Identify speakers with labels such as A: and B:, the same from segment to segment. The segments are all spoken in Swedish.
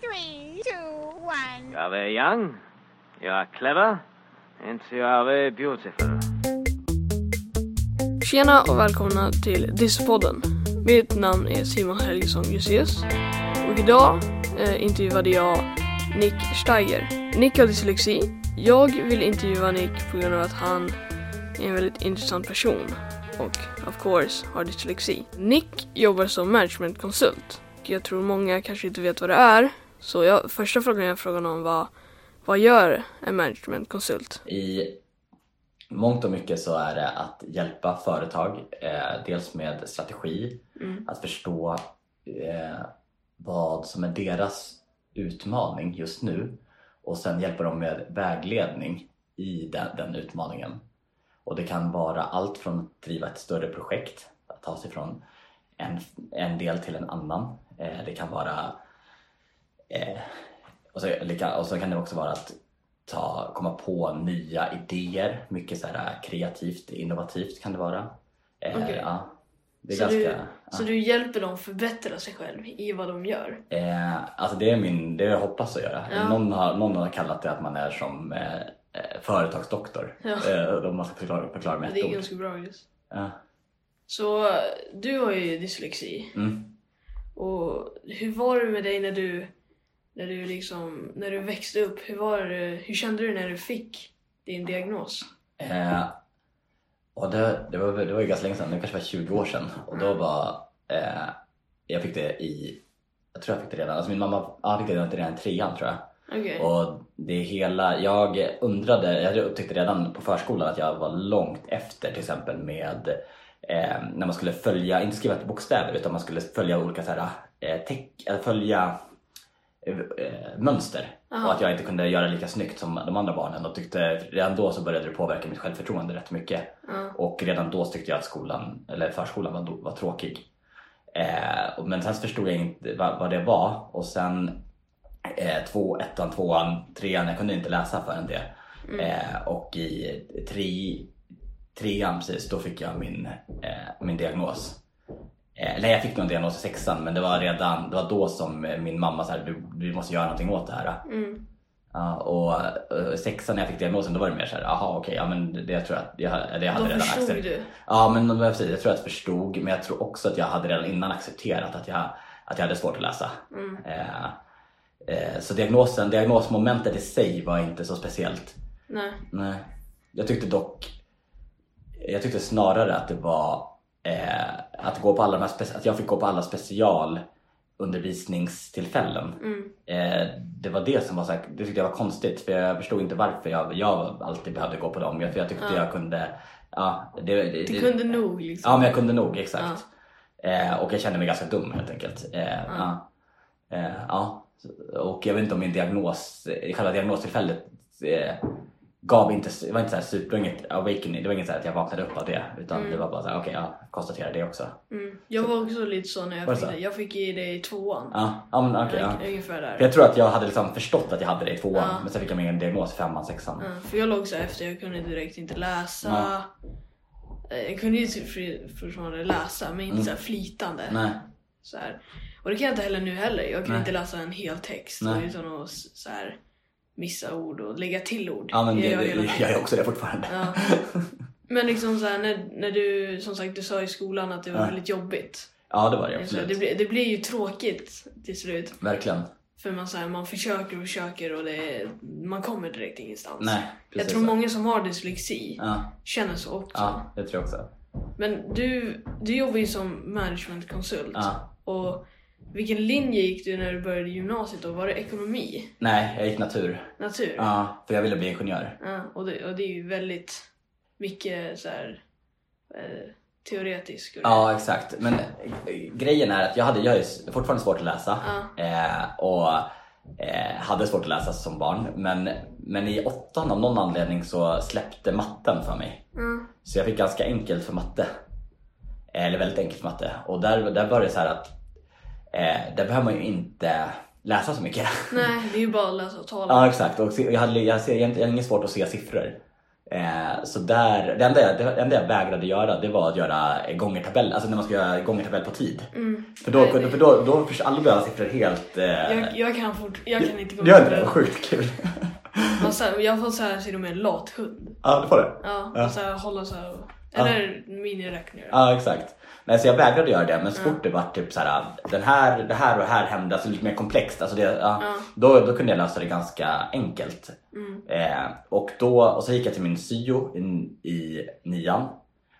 A: three, two, one.
B: You're very young. You are clever. And you are very beautiful.
C: Tjena och välkomna till Dissepodden. Mitt namn är Simon Helgesson Jussius och idag eh, intervjuade jag Nick Steiger. Nick har dyslexi. Jag vill intervjua Nick på grund av att han är en väldigt intressant person och of course har dyslexi. Nick jobbar som managementkonsult. Jag tror många kanske inte vet vad det är så jag, första frågan jag frågade honom var vad gör en managementkonsult?
D: I mångt och mycket så är det att hjälpa företag, eh, dels med strategi,
C: Mm.
D: att förstå eh, vad som är deras utmaning just nu och sen hjälpa dem med vägledning i den, den utmaningen. Och det kan vara allt från att driva ett större projekt, att ta sig från en, en del till en annan. Eh, det kan vara eh, och, så, lika, och så kan det också vara att ta, komma på nya idéer, mycket så här eh, kreativt, innovativt kan det vara. Eh,
E: Okej.
D: ja, det är
E: Så
D: ganska,
E: du-
D: ja.
E: Så du hjälper dem förbättra sig själv i vad de gör.
D: Eh, alltså det är min, det jag hoppas att göra.
E: Ja.
D: Någon, har, någon har kallat det att man är som eh, eh, företagsdoktor.
E: Ja.
D: Eh, om man ska förklara, förklara med
E: det
D: ett
E: är
D: ord.
E: ganska bra just.
D: Ja.
E: Så eh, du har ju dyslexi.
D: Mm.
E: Och hur var det med dig när du, när du, liksom, när du växte upp? Hur, var, det- hur kände du när du fick din diagnos?
D: Eh, och det, det, var, det var ju ganska länge sedan, det kanske var 20 år sedan. Och
E: Mm.
D: då var, eh, jag fick det i, jag tror jag fick det redan, alltså min mamma ja, fick det redan i trean tror jag.
E: Okej.
D: Och det hela, jag undrade, jag upptäckte redan på förskolan att jag var långt efter till exempel med eh, när man skulle följa, inte skriva ett bokstäver utan man skulle följa olika så här, eh, teck, eh, följa eh, eh, mönster
E: Aha.
D: och att jag inte kunde göra lika snyggt som de andra barnen och tyckte redan då så började det påverka mitt självförtroende rätt mycket
E: Ja.
D: och redan då tyckte jag att skolan, eller förskolan var, var tråkig. Eh, och- men sen förstod jag inte vad, vad det var och sen eh, två, ettan, tvåan, trean, jag kunde inte läsa förrän det.
E: Mm.
D: Eh, och i tre, trean precis, då fick jag min, eh, min diagnos. Eh, eller jag fick någon diagnos i sexan men det var redan, det var då som eh, min mamma sa vi, vi måste göra någonting åt det här.
E: Mm.
D: Ja, och eh, sexan när jag fick diagnosen då var det mer såhär, jaha okej, ja men det, det jag tror jag att jag, eller jag hade
E: Då
D: redan
E: förstod
D: accepterat.
E: du.
D: Ja men de- precis, jag tror att jag förstod men jag tror också att jag hade redan innan accepterat att jag, att jag hade svårt att läsa.
E: Mm.
D: Eh, eh, så diagnosen, diagnosmomentet i sig var inte så speciellt.
E: Nej.
D: Nej. Jag tyckte dock, jag tyckte snarare att det var eh, att, gå på alla de här spec- att jag fick gå på alla specialundervisningstillfällen.
E: Mm.
D: Eh, det var det som var så här, det tyckte jag var konstigt för jag förstod inte varför jag, jag alltid behövde gå på dem. Jag, för jag tyckte
E: Ja.
D: jag kunde, ja, det, det,
E: Du
D: det-
E: kunde nog liksom.
D: Ja men jag kunde nog, exakt. Eh, och jag kände mig ganska dum helt enkelt. Eh, ja. Eh, ja. Och jag vet inte om min diagnos, eh, själva diagnostillfället eh, gav inte, det var inte så här superinget awakening, det var inget så här att jag vaknade upp av det. Utan det var bara så här, okej jag konstaterar det också.
E: Mm. Jag var också lite så när
D: Var
E: jag
D: det
E: fick
D: så?
E: det. Jag fick ju det i tvåan.
D: Ja, ja men okej. ja.
E: Ungefär där.
D: För jag tror att jag hade liksom förstått att jag hade det i tvåan
E: Ja.
D: men sen fick jag min diagnos i femman, sexan.
E: Ja, För jag låg så här efter, jag kunde direkt inte läsa. Eh, Jag kunde ju typ fri- fortfarande läsa men inte
D: Mm.
E: så här flytande.
D: Nej.
E: Så här. Och det kan jag inte heller nu heller. Jag kan
D: Nej.
E: inte läsa en hel text
D: Nej.
E: utan att s- så här, missa ord och lägga till ord.
D: Ja men
E: Det
D: det,
E: gör jag
D: det,
E: hela tiden.
D: jag gör också det fortfarande.
E: Ja. Men liksom så här, när, när du som sagt du sa i skolan att det var
D: Ja.
E: väldigt jobbigt.
D: Ja det var det
E: Så här, det,
D: absolut.
E: blir- det blir ju tråkigt till slut.
D: Verkligen.
E: För man, så här, man försöker och försöker och det, man kommer direkt ingenstans.
D: Nej,
E: jag
D: precis
E: tror
D: så.
E: många som har dyslexi
D: Ja,
E: känner så också.
D: ja, det tror jag också.
E: Men du, du jobbar ju som managementkonsult.
D: Ja.
E: Och vilken linje gick du när du började gymnasiet då? Var det ekonomi?
D: Nej, jag gick natur.
E: Natur?
D: Ja, för jag ville bli ingenjör.
E: Ja, och, det, och det är ju väldigt mycket så här, eh, teoretisk och det.
D: Ja, exakt. Men eh, grejen är att jag hade jag har ju s- fortfarande svårt att läsa eh, och eh, hade svårt att läsa som barn. Men, men i åttan av någon anledning så släppte matten för mig.
E: Mm.
D: Så jag fick ganska enkelt för matte. Eh, Eller väldigt enkelt för matte. Och där, där var det så här att eh, där behöver man ju inte läsa så mycket.
E: Nej, det är ju bara att läsa och tala.
D: Ja exakt och se- jag hade, jag, ser, jag, har inte- jag har inget svårt att se siffror. Eh, så där, det, enda, jag- det enda jag vägrade göra det var att göra eh, gångertabell, alltså när man ska göra gångertabell på tid.
E: Mm.
D: För då, för då, för då, då förs- alla börjar siffror helt... Eh,
E: Jag, jag kan fort, jag kan inte gå
D: det gör inte det?
E: vidare.
D: Vad Sjukt kul.
E: Man så här, jag får så här till och med lat hund.
D: ja, du får det.
E: Ja,
D: Ja.
E: Och så här, hålla så här och,
D: Ja.
E: Eller miniräkningar.
D: Ja, exakt. Nej, så jag vägrade göra det, men så fort det var typ så här, den här, det här och det här hände, alltså lite mer komplext, alltså det, ja,
E: Ja.
D: Då, då kunde jag lösa det ganska enkelt.
E: Mm.
D: Eh, och, då, och så gick jag till min syo i, i nian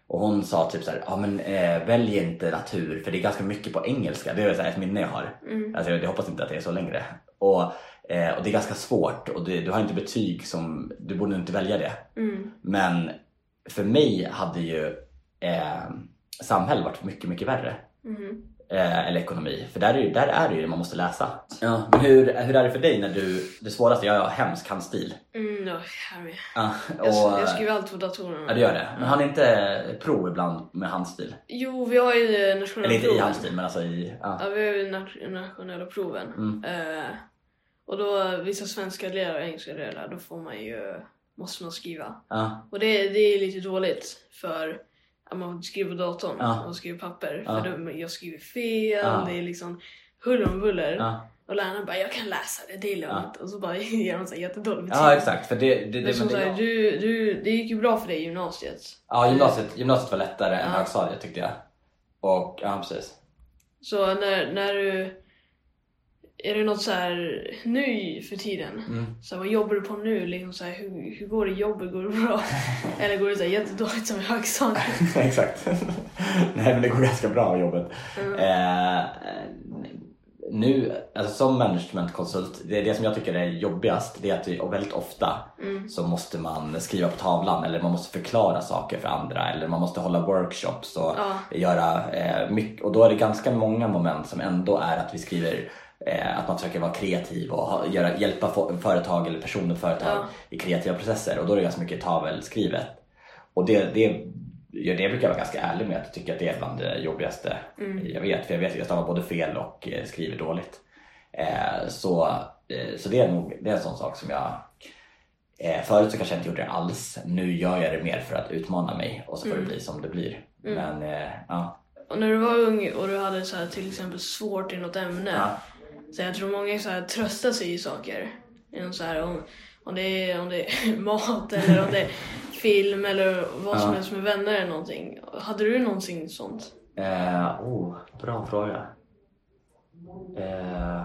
D: och hon sa typ så här, ja men eh, välj inte natur för det är ganska mycket på engelska, det är så här ett minne jag har.
E: Mm.
D: Alltså, jag, jag hoppas inte att det är så längre. Och, eh, och det är ganska svårt och det, du har inte betyg som, du borde inte välja det.
E: Mm.
D: Men för mig hade ju eh, samhälle varit mycket, mycket värre.
E: Mm.
D: Eh, eller ekonomi, för där är, ju, där är det ju det man måste läsa. Ja. Men hur, hur är det för dig när du, det svåraste, jag har hemsk handstil.
E: Mm, ja, jag med.
D: Ja, och, eh,
E: Jag, jag skriver allt på datorn.
D: ja, det gör det. Men har ni inte prov ibland med handstil?
E: Jo, vi har ju eh, nationella
D: Eller inte i
E: proven.
D: handstil, men alltså i... Ja.
E: Ja, vi har ju nat- nationella proven.
D: Mm.
E: Eh, och då, vissa svenska delar och engelska delar, då får man ju, måste man skriva.
D: Ja.
E: Och det, det är lite dåligt för att man skriver på datorn
D: Ja.
E: och skriver papper.
D: Ja.
E: För då, jag skriver fel,
D: Ja.
E: det är liksom huller om buller.
D: Ja.
E: Och läraren bara, jag kan läsa det, det är lugnt. Och så bara ger de så här jättedåligt betyg.
D: ja, exakt. För det, det,
E: Men
D: det,
E: som
D: men det,
E: sagt, du, du, det gick ju bra för dig i gymnasiet.
D: ja, gymnasiet, gymnasiet var lättare än
E: Ja.
D: högstadiet tyckte jag. Och, ja precis.
E: Så när, när du... Är det något så här nu för tiden?
D: Mm.
E: Så här, vad jobbar du på nu? Liksom så här, hur, hur går det i jobbet? Går det bra? Eller går det så här, jättedåligt som i högstadiet?
D: Exakt. Nej men det går ganska bra i jobbet. Eh, nu, alltså som managementkonsult, det, är det som jag tycker är jobbigast det är att vi, och väldigt ofta så måste man skriva på tavlan eller man måste förklara saker för andra eller man måste hålla workshops och
E: Ja.
D: göra eh, mycket. Och då är det ganska många moment som ändå är att vi skriver eh, att man försöker vara kreativ och ha, göra, hjälpa fo- företag eller personer och företag
E: Ja.
D: i kreativa processer och då är det ganska mycket tavelskrivet. Och det, det, ja, det brukar jag vara ganska ärlig med att jag tycker att det är bland det jobbigaste jag vet. För jag vet att jag stavar både fel och eh, skriver dåligt. Eh, så, eh, så det är nog det är en sån sak som jag eh, Förut så kanske jag inte gjorde det alls. Nu gör jag det mer för att utmana mig och så får det bli som det blir. Men eh, ja.
E: Och när du var ung och du hade så här, till exempel svårt i något ämne.
D: Ja.
E: Så jag tror många så här, tröstar sig i saker. Inom så här, om, om, det är, om det är mat eller om det är film eller vad som
D: Ja.
E: helst med vänner eller någonting. Hade du någonsin sånt?
D: Eh, oh, bra fråga. Eh,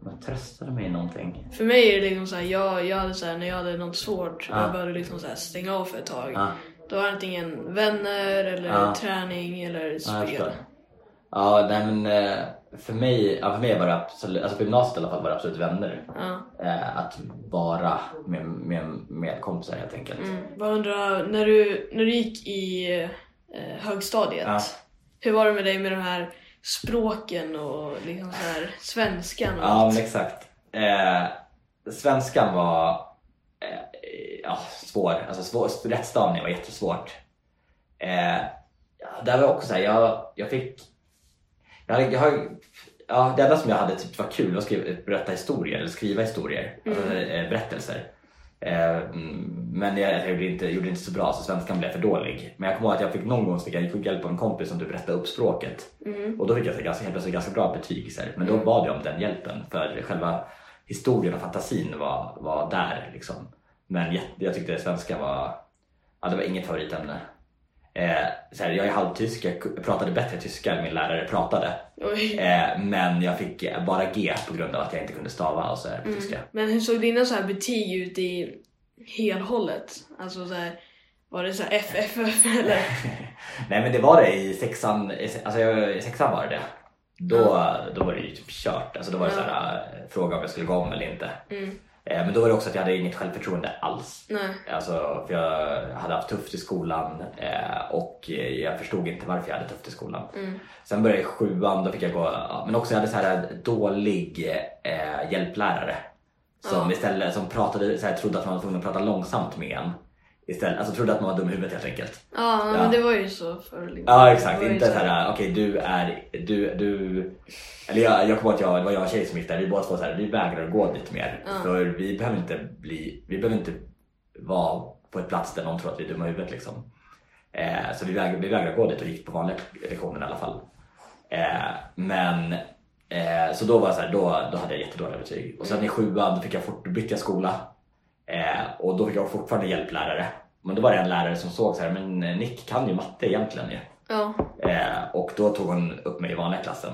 D: om jag tröstade mig i någonting.
E: För mig är det liksom så här, jag, jag hade så här, när jag hade något svårt och
D: Ja.
E: jag började liksom så här, stänga av för ett tag.
D: Ja.
E: Då var det antingen vänner eller
D: Ja.
E: träning eller
D: Ja, jag förstår.
E: spel.
D: Ja, nej, men eh, för mig, ja, för mig var det absolut, alltså på gymnasiet i alla fall var det absolut vänner.
E: Ja.
D: Eh, att vara med, med, med kompisar helt enkelt.
E: Mm. Vad undrar, när du, när du gick i eh, högstadiet,
D: Ja.
E: hur var det med dig med de här språken och liksom så här, svenskan och
D: Ja,
E: allt?
D: men exakt. Eh, svenskan var eh, ja, svår. Alltså svår, rättstavning var jättesvårt. Eh, ja, där var jag också så här, jag, jag fick... Jag, hade- jag, har- ja, det enda som jag hade typ var kul var att skriva, berätta historier eller skriva historier, alltså, eh, berättelser. Eh, mm, men jag, jag gjorde, inte, gjorde inte så bra så svenskan blev för dålig. Men jag kommer ihåg att jag fick någon gång så fick jag fick hjälp av en kompis som du berättade upp språket.
E: Mm.
D: Och då fick jag så här ganska, helt plötsligt ganska bra betyg. Så här. Men då bad jag om den hjälpen för själva historien och fantasin var, var där. Liksom. Men jag, jag tyckte svenska var, ja, det var inget favoritämne. Eh, så här, jag är halvtysk, jag ku- pratade bättre tyska än min lärare pratade.
E: Oj.
D: Eh, men jag fick eh, bara G på grund av att jag inte kunde stava och så här på
E: Mm.
D: tyska.
E: Men hur såg dina så här betyg ut i helhållet? Alltså så här, var det så här FFF eller?
D: Nej men det var det i sexan, i se- alltså jag, i sexan var det det. Då, då var det ju typ kört. Alltså då var det
E: Ja.
D: så här, eh, fråga om jag skulle gå om eller inte.
E: Mm.
D: Eh, Men då var det också att jag hade inget självförtroende alls.
E: Nej.
D: Alltså, för jag hade haft tufft i skolan eh, och eh, jag förstod inte varför jag hade tufft i skolan.
E: Mm.
D: Sen började jag i sjuan, då fick jag gå, ja, men också jag hade så här dålig eh, hjälplärare. Som
E: Ja.
D: istället som pratade, så här, trodde att man var tvungen att prata långsamt med en. Istället, alltså trodde att man var dum i huvudet helt enkelt.
E: Ja,
D: Ja.
E: men det var ju så förr. liksom.
D: Ja exakt,
E: Det var ju
D: inte
E: så här-
D: såhär okej du är, du, du Eller jag, jag kommer ihåg att jag, det var jag och en tjej som gick där, vi båda två såhär, vi vägrar gå dit mer.
E: Ja.
D: För vi behöver inte bli, vi behöver inte vara på en plats där någon tror att vi är dumma i huvudet. Liksom. Eh, så vi vägrade, vi vägrade gå dit och gick på vanliga lektioner i alla fall. Eh, men eh, så då var jag så här, då, då hade jag jättedåliga betyg. Och
E: Mm.
D: sen i sjuan fick jag fort, bytte jag skola eh, och då fick jag fortfarande hjälplärare. Men då var det en lärare som såg så här, men Nick kan ju matte egentligen ju.
E: Ja.
D: Eh, och då tog hon upp mig i vanliga klassen.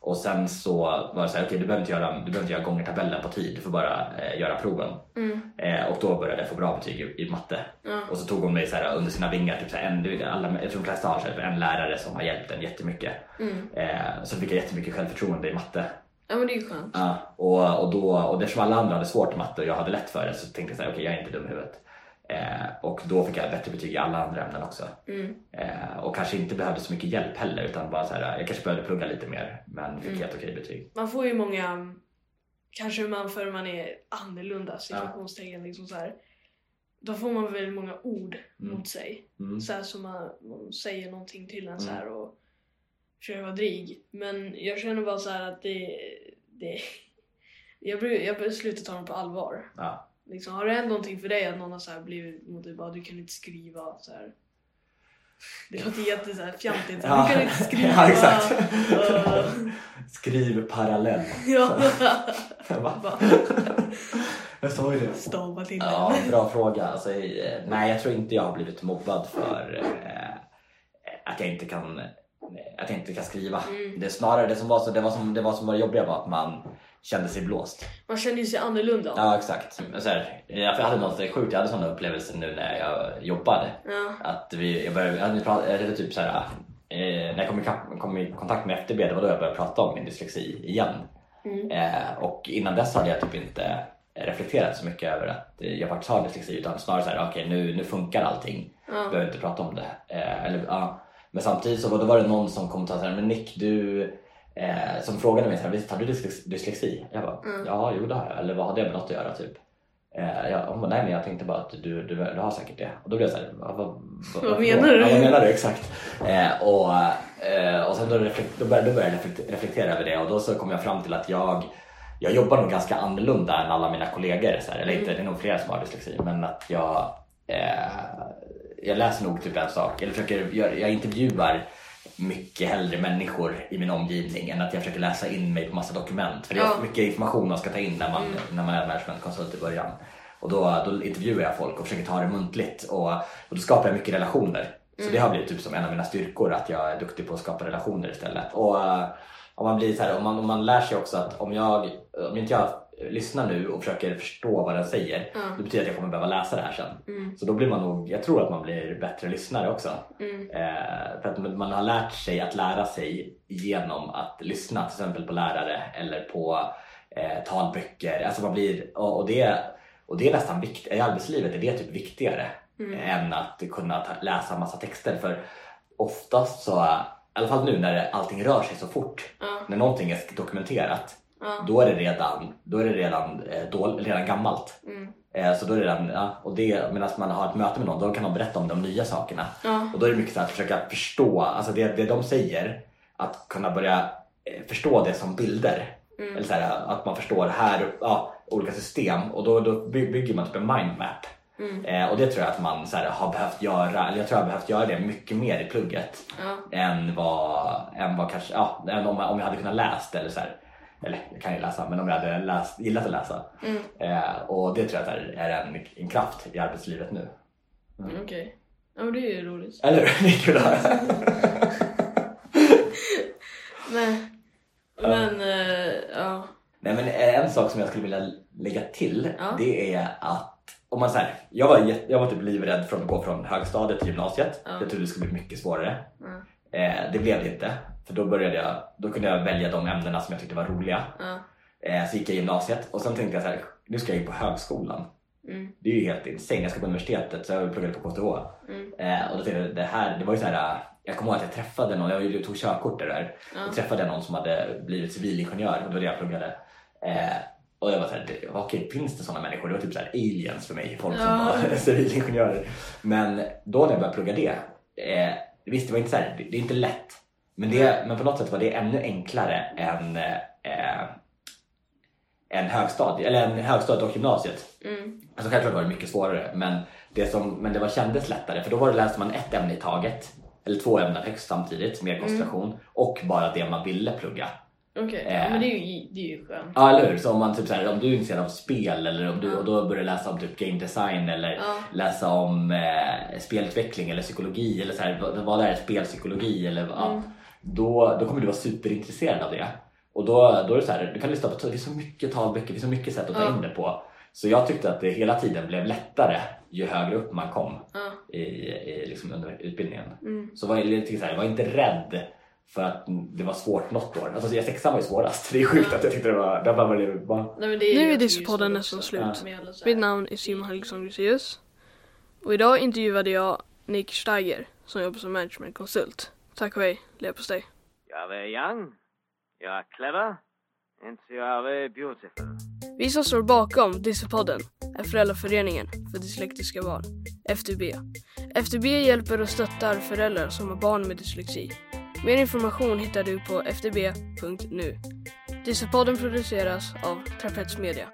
D: Och sen så var det så här, okej du behöver inte göra, du behöver inte göra gångertabellen på tid, du får bara eh, göra proven.
E: Mm.
D: Eh, och då började jag få bra betyg i, i matte.
E: Ja.
D: Och så tog hon mig så här, under sina vingar, typ så här, en, du vet, alla, jag tror de flesta har så här, typ en lärare som har hjälpt en jättemycket.
E: Mm.
D: Eh, så fick jag jättemycket självförtroende i matte.
E: ja, men det är ju skönt.
D: Ja, och, och, då, och eftersom alla andra hade svårt i matte och jag hade lätt för det så tänkte jag så här, okej jag är inte dum i huvudet. Eh, och då fick jag bättre betyg i alla andra ämnen också.
E: Mm.
D: Eh, och kanske inte behövde så mycket hjälp heller utan bara så här, jag kanske behövde plugga lite mer men fick
E: Mm.
D: helt okej betyg.
E: Man får ju många, kanske man för man är annorlunda, situationstecken liksom så här. Då får man väldigt många ord
D: Mm.
E: mot sig.
D: Mm.
E: Så här som man, man säger någonting till en så
D: Mm.
E: här och försöker vara dryg. Men jag känner bara så här att det... det jag bru- jag bör sluta ta dem på allvar.
D: Ja.
E: Liksom, har det hänt någonting för dig att någon har så här blivit mot dig bara du kan inte skriva så här. Det låter jätte så här fjantigt. Du kan inte skriva.
D: ja, exakt.
E: Ja.
D: Skriv parallell.
E: ja.
D: Va?
E: Bara
D: Jag sa ju det.
E: stava till
D: Ja,
E: det.
D: bra fråga. Alltså, eh, nej, jag tror inte jag har blivit mobbad för eh, att, jag inte kan, eh, att jag inte kan skriva.
E: Mm.
D: Det är snarare det som var, så, det var, som, det var som var det jobbiga var att man kände sig blåst.
E: Man känner ju sig annorlunda.
D: Ja, exakt. Men Så här, jag hade något sjukt, jag hade sådana upplevelser nu när jag jobbade.
E: Ja.
D: Att vi, jag började, jag hade prat, eller typ så här, eh, när jag kom i, kap- kom i kontakt med FTB, det var då jag började prata om min dyslexi igen.
E: Mm.
D: Eh, och innan dess hade jag typ inte reflekterat så mycket över att eh, jag faktiskt har dyslexi utan snarare så här, okej nu, nu funkar allting,
E: Ja.
D: behöver inte prata om det. Eh, eller, ja. Men samtidigt så var, då var det någon som kom och sa så här, men Nick du eh, som frågade mig så här, visst har du dyslex- dyslexi? Jag bara,
E: Mm.
D: ja jo det har jag, eller vad har det med något att göra typ? Eh, jag, hon bara, nej men jag tänkte bara att du, du, du har säkert det. Och då blev jag såhär, vad, vad,
E: Vad menar du?
D: Ja, vad menar du exakt? Eh, och, eh, och sen då, reflek- då började, då började jag reflek- reflektera över det och då så kom jag fram till att jag, jag jobbar nog ganska annorlunda än alla mina kollegor. Så här, eller inte, det är nog flera som har dyslexi men att jag, eh, jag läser nog typ en sak, eller försöker, jag, jag intervjuar mycket hellre människor i min omgivning än att jag försöker läsa in mig på massa dokument. För det är
E: Ja.
D: ofta mycket information man ska ta in när man, när man är managementkonsult i början. Och då, då intervjuar jag folk och försöker ta det muntligt och, och då skapar jag mycket relationer. Så det har blivit typ som en av mina styrkor att jag är duktig på att skapa relationer istället. Och eh, om man, blir så här, om man, om man lär sig också att om, jag, om inte jag lyssnar nu och försöker förstå vad den säger,
E: Ja.
D: det betyder att jag kommer behöva läsa det här sen.
E: Mm.
D: Så då blir man nog, jag tror att man blir bättre lyssnare också.
E: Mm.
D: Eh, för att man har lärt sig att lära sig genom att lyssna till exempel på lärare eller på eh, talböcker. Alltså man blir, och, och, det, och det är nästan viktigt, i arbetslivet är det typ viktigare
E: Mm.
D: än att kunna ta, läsa massa texter. För oftast så, i alla fall nu när det- allting rör sig så fort,
E: Ja.
D: när någonting är dokumenterat,
E: Ja.
D: då är det redan, då är det redan, eh, då, redan gammalt.
E: Mm.
D: Eh, Så då är det den, ja, och det, medan man har ett möte med någon, då kan de berätta om de nya sakerna.
E: Ja.
D: Och då är det mycket så här att försöka förstå, alltså det, det de säger, att kunna börja eh, förstå det som bilder.
E: mm,
D: Eller så här, att man förstår här, ja, olika system och då, då by- bygger man typ en mindmap.
E: Mm.
D: Eh, och det tror jag att man så här, har behövt göra, eller jag tror jag har behövt göra det mycket mer i plugget
E: Ja.
D: än vad, än vad kanske, ja, än om, om jag hade kunnat läst eller så här. Eller jag kan ju läsa, men om jag hade läst, gillat att läsa.
E: Mm.
D: Eh, och det tror jag att är en, en kraft i arbetslivet nu.
E: Okej. Ja men det är ju roligt.
D: Eller hur? Det är kul att höra.
E: Men, men eh, ja.
D: Nej men en sak som jag skulle vilja lägga till
E: Ja.
D: det är att om man så här, jag, var, jätte- jag var typ livrädd för att gå från högstadiet till gymnasiet.
E: Ja.
D: Jag trodde det skulle bli mycket svårare.
E: Ja.
D: Eh, det blev det inte. För då, började jag, då kunde jag välja de ämnena som jag tyckte var roliga.
E: ja.
D: Eh, så gick jag i gymnasiet och sen tänkte jag så här, nu ska jag in på högskolan.
E: Mm.
D: Det är ju helt insane. Jag ska på universitetet så jag pluggade på KTH.
E: Mm.
D: Eh, och då tänkte jag, det här, det var ju så här. eh, Jag kommer ihåg att jag träffade någon, jag ju- tog körkort där.
E: Ja.
D: Jag träffade någon som hade blivit civilingenjör och det var det jag pluggade. Eh, och jag var såhär, det- vad okej finns det sådana människor? Det var typ såhär aliens för mig, folk som
E: Ja.
D: var civilingenjörer. Men då när jag började plugga det, eh, visst det var inte såhär, det, det är inte lätt. Men, det, men på något sätt var det ännu enklare än, eh, eh, än högstadie, eller än högstadiet och gymnasiet.
E: Mm.
D: Alltså självklart var det mycket svårare men det, som, men det var kändes lättare för då var det läste man ett ämne i taget eller två ämnen högst samtidigt med koncentration och bara det man ville plugga.
E: Okej,
C: Eh.
E: ja, men det är ju, det är ju skönt.
D: Ja eller hur? Så om, man, typ, så här, om du är intresserad av spel eller om du,
E: Ja.
D: och då börjar läsa om typ game design eller
E: Ja.
D: läsa om eh, spelutveckling eller psykologi eller så här, vad, vad är spelpsykologi eller vad,
E: Mm.
D: då, då kommer du vara superintresserad av det. Och då, då är det så här, du kan lyssna på, det finns så mycket talböcker, det finns så mycket sätt att ta
E: Ja.
D: in det på. Så jag tyckte att det hela tiden blev lättare ju högre upp man kom
E: Ja.
D: i, i liksom under utbildningen.
E: Mm.
D: Så var, jag lite så här, var inte rädd för att det var svårt något år. Alltså jag sexan var ju svårast. Det är sjukt att jag tyckte det var, det var, det var
E: Nej, men det
C: Nu är
E: jag tycker
C: Discopodden
E: så
C: nästan
E: också.
C: slut.
E: Med alla så här-
C: Mitt namn är Simon Helgesson Gruséus och idag intervjuade jag Nick Steiger som jobbar som managementkonsult. Tack och hej, leverpastej.
B: You are very young, you are clever, and you are very beautiful.
C: Vi som står bakom Dyslexpodden är Föräldraföreningen för dyslektiska barn, FDB. FDB hjälper och stöttar föräldrar som har barn med dyslexi. Mer information hittar du på fdb.nu. Dyslexpodden produceras av Trapets Media.